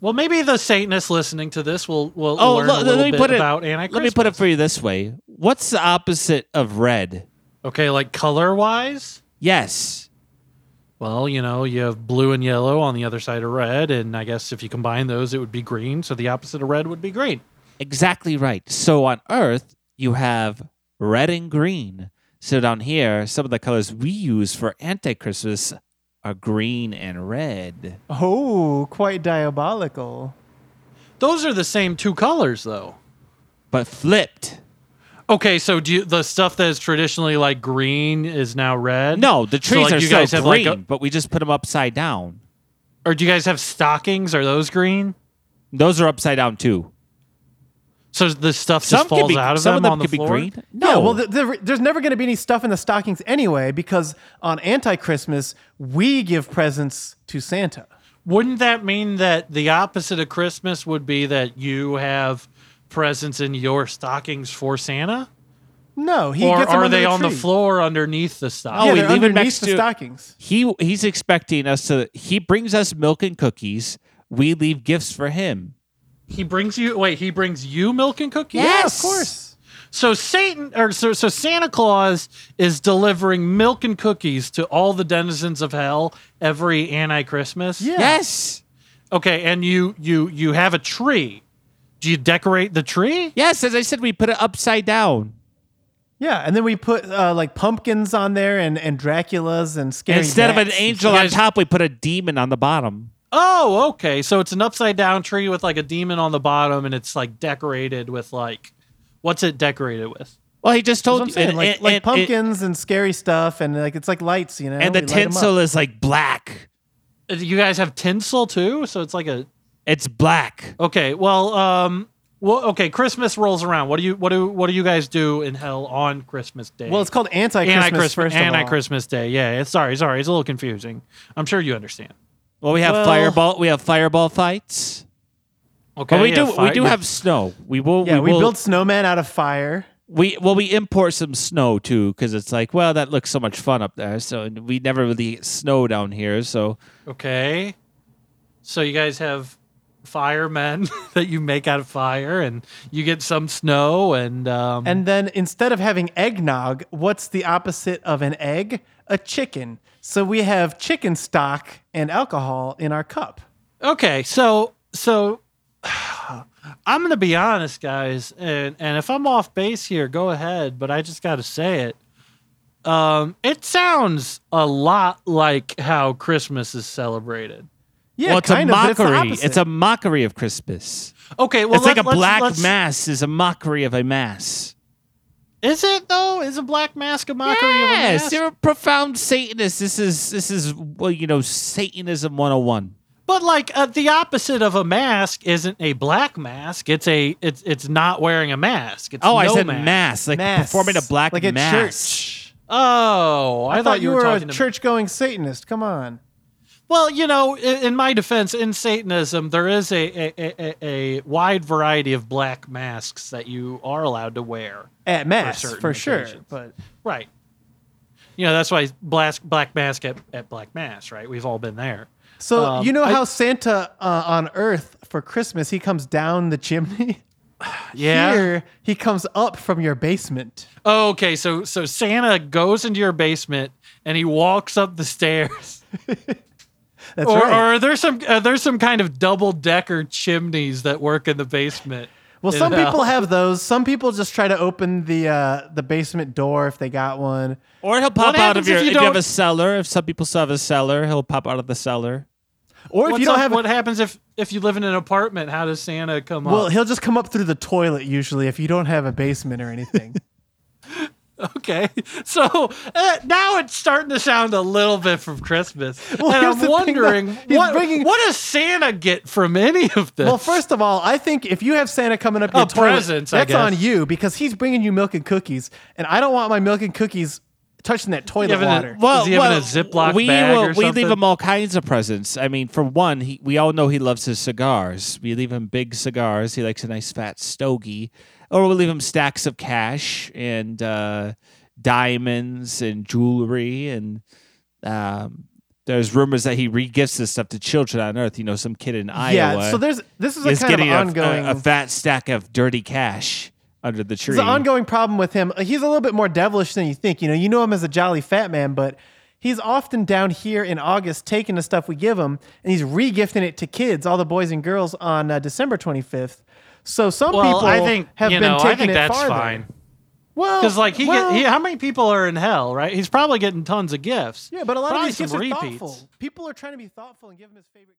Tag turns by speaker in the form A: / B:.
A: Well, maybe the Satanists listening to this will will
B: Oh,
A: learn
B: le-
A: a little
B: let me
A: bit
B: put it-
A: about Antichrist.
B: Let me put it for you this way. What's the opposite of red?
A: Okay, like color wise.
B: Yes.
A: Well, you know, you have blue and yellow on the other side of red, and I guess if you combine those, it would be green. So the opposite of red would be green.
B: Exactly right. So on Earth, you have red and green. So down here, some of the colors we use for anti Christmas are green and red.
C: Oh, quite diabolical.
A: Those are the same two colors, though.
B: But flipped.
A: Okay, so do you, the stuff that is traditionally like green is now red?
B: No, the
A: So,
B: trees
A: like,
B: are
A: you
B: still
A: guys have, like,
B: green,
A: a-
B: but we just put them upside down.
A: Or do you guys have stockings? Are those green?
B: Those are upside down too.
A: So the stuff just
B: Some
A: falls
B: could be
A: out of them,
B: some of them
A: on the
B: could
A: floor?
B: be green. No,
C: Yeah, well, th- there, there's never going to be any stuff in the stockings anyway because on anti Christmas, we give presents to Santa.
A: Wouldn't that mean that the opposite of Christmas would be that you have presents in your stockings for Santa?
C: No, he
A: or
C: gets them
A: are
C: under
A: they
C: the
A: on the
C: tree.
A: floor underneath the
B: Oh,
A: stocking?
C: Yeah,
B: we
C: they're
B: leave it
C: underneath
B: next
C: the
B: to-
C: stockings.
B: he he's expecting us to. He brings us milk and cookies. We leave gifts for him.
A: He brings you wait, he brings you milk and cookies?
C: Yeah, of
B: Yes.
C: course.
A: So Satan or so, so Santa Claus is delivering milk and cookies to all the denizens of hell every anti Christmas.
C: Yeah.
B: Yes,
A: Okay, and you you you have a tree. Do you decorate the tree?
B: yes. As I said, we put it upside down
C: Yeah, and then we put uh, like pumpkins on there and, and Draculas and scary
B: instead of an
C: bats.
B: angel
A: You
B: on
A: guys-
B: top. We put a demon on the bottom.
A: Oh, okay. So it's an upside down tree with like a demon on the bottom, and it's like decorated with like, what's it decorated with?
B: Well, he just
C: That's
B: told
C: what I'm
B: you-
C: saying,
B: and-
C: like,
B: and-
C: like
B: and-
C: pumpkins and scary stuff, and like it's like lights, you know.
B: and,
C: we
B: the
C: light 'em up.
B: tinsel is like black.
A: Uh, You guys have tinsel too, so it's like a
B: It's black.
A: okay. Well, um, well, okay. Christmas rolls around. What do you what do what do you guys do in hell on Christmas Day?
C: Well, it's called anti-Christmas.
A: Anti-Christmas,
C: first of all.
A: anti-Christmas Day. Yeah, it's sorry, sorry, it's a little confusing. I'm sure you understand.
B: Well, we have
C: Well-
B: fireball. We have fireball fights.
A: Okay,
B: But we
A: yeah,
B: do we
A: fi-
B: do have snow. We will.
C: Yeah, we,
B: will,
C: build snowmen out of fire.
B: We well, we import some snow too because it's like, well, that looks so much fun up there. So and we never really get snow down here. So
A: Okay. So you guys have firemen that you make out of fire and you get some snow and um
C: And then instead of having eggnog, what's the opposite of an egg? A chicken. So we have chicken stock and alcohol in our cup.
A: okay, so so I'm going to be honest guys and and if I'm off base here, go ahead, but I just got to say it. Um it sounds a lot like how Christmas is celebrated.
C: Yeah,
B: well, it's
C: kind
B: a
C: of, but it's the
B: mockery. It's,
C: opposite.
B: a mockery of Christmas.
A: Okay, well
B: it's like
A: let-
B: a
A: let's-
B: black
A: let's-
B: mass is a mockery of a mass.
A: Is it though? Is a black mask a mockery of
B: yes,
A: a mask?
B: you're a profound Satanist. This is this is well, you know, Satanism 101.
A: But like uh, the opposite of a mask isn't a black mask. It's a it's it's not wearing a mask. It's
B: Oh,
A: no
B: I said
A: mask.
B: mass, like
C: Mass.
B: performing a black
C: Like at
B: mass.
C: church.
A: Oh, I,
C: I,
A: thought you were,
C: a
A: talking to-
C: church-going Satanist. Come on.
A: Well, you know, in, in my defense, in Satanism, there is a a, a- a a wide variety of black masks that you are allowed to wear.
C: At mass
A: certain
C: for, sure,
A: occasions.
C: but
A: Right. You know, that's why black black mask at, at black mass. Right. We've all been there.
C: so
A: Um,
C: you know
A: I-
C: how Santa uh, on Earth for Christmas he comes down the chimney.
A: Yeah.
C: Here he comes up from your basement.
A: Oh, okay, so so Santa goes into your basement and he walks up the stairs.
C: That's
A: Or,
C: right.
A: or are there some are there some kind of double decker chimneys that work in the basement?
C: Well,
A: in
C: some
A: hell?
C: people have those. Some people just try to open the uh, the basement door if they got one.
B: Or he'll pop out
A: happens
B: of your
A: if
B: if
A: you
B: you, have
A: don't-
B: a cellar. If some people still have a cellar, he'll pop out of the cellar.
C: Or if
A: What's
C: you don't
A: up-
C: have,
A: what happens if if you live in an apartment? How does Santa come
C: well,
A: up?
C: he'll just come up through the toilet usually if you don't have a basement or anything.
A: Okay, so uh, now it's starting to sound a little bit from Christmas,
C: Well,
A: and
C: here's the
A: I'm
C: thing,
A: wondering
C: though. He's
A: what
C: bringing-
A: what does Santa get from any of this?
C: well, first of all, I think if you have Santa coming up your
A: A
C: toilet,
A: presence, Oh, I
C: that's
A: guess.
C: on you because he's bringing you milk and cookies, and I don't want my milk and cookies touching that toilet
A: Given it-
C: water.
A: Well, Does he have it in a Ziploc
B: we
A: bag or
B: we
A: something?
B: leave him all kinds of presents. I mean, for one, he, we all know he loves his cigars. We leave him big cigars. He likes a nice fat stogie, or we'll leave him stacks of cash and uh, diamonds and jewelry and um, There's rumors that he regifts this stuff to children on Earth. You know, some kid in Iowa
C: yeah. So there's this is a
B: is
C: kind of
B: getting a,
C: ongoing.
B: a, a fat stack of dirty cash under the tree.
C: It's an ongoing problem with him. He's a little bit more devilish than you think. You know, you know him as a jolly fat man, but he's often down here in August taking the stuff we give him and he's regifting it to kids, all the boys and girls, on uh, December 25th. So some
A: Well,
C: people
A: I think
C: have
A: you
C: been
A: know,
C: taking
A: I think
C: it
A: that's
C: farther.
A: fine.
C: Well,
A: Because like he,
C: well,
A: get, he, how many people are in hell, right? He's probably getting tons of gifts.
C: yeah, but a lot of
A: Probably
C: these gifts
A: some
C: are
A: repeats.
C: thoughtful. People are trying to be thoughtful and give him his favorite.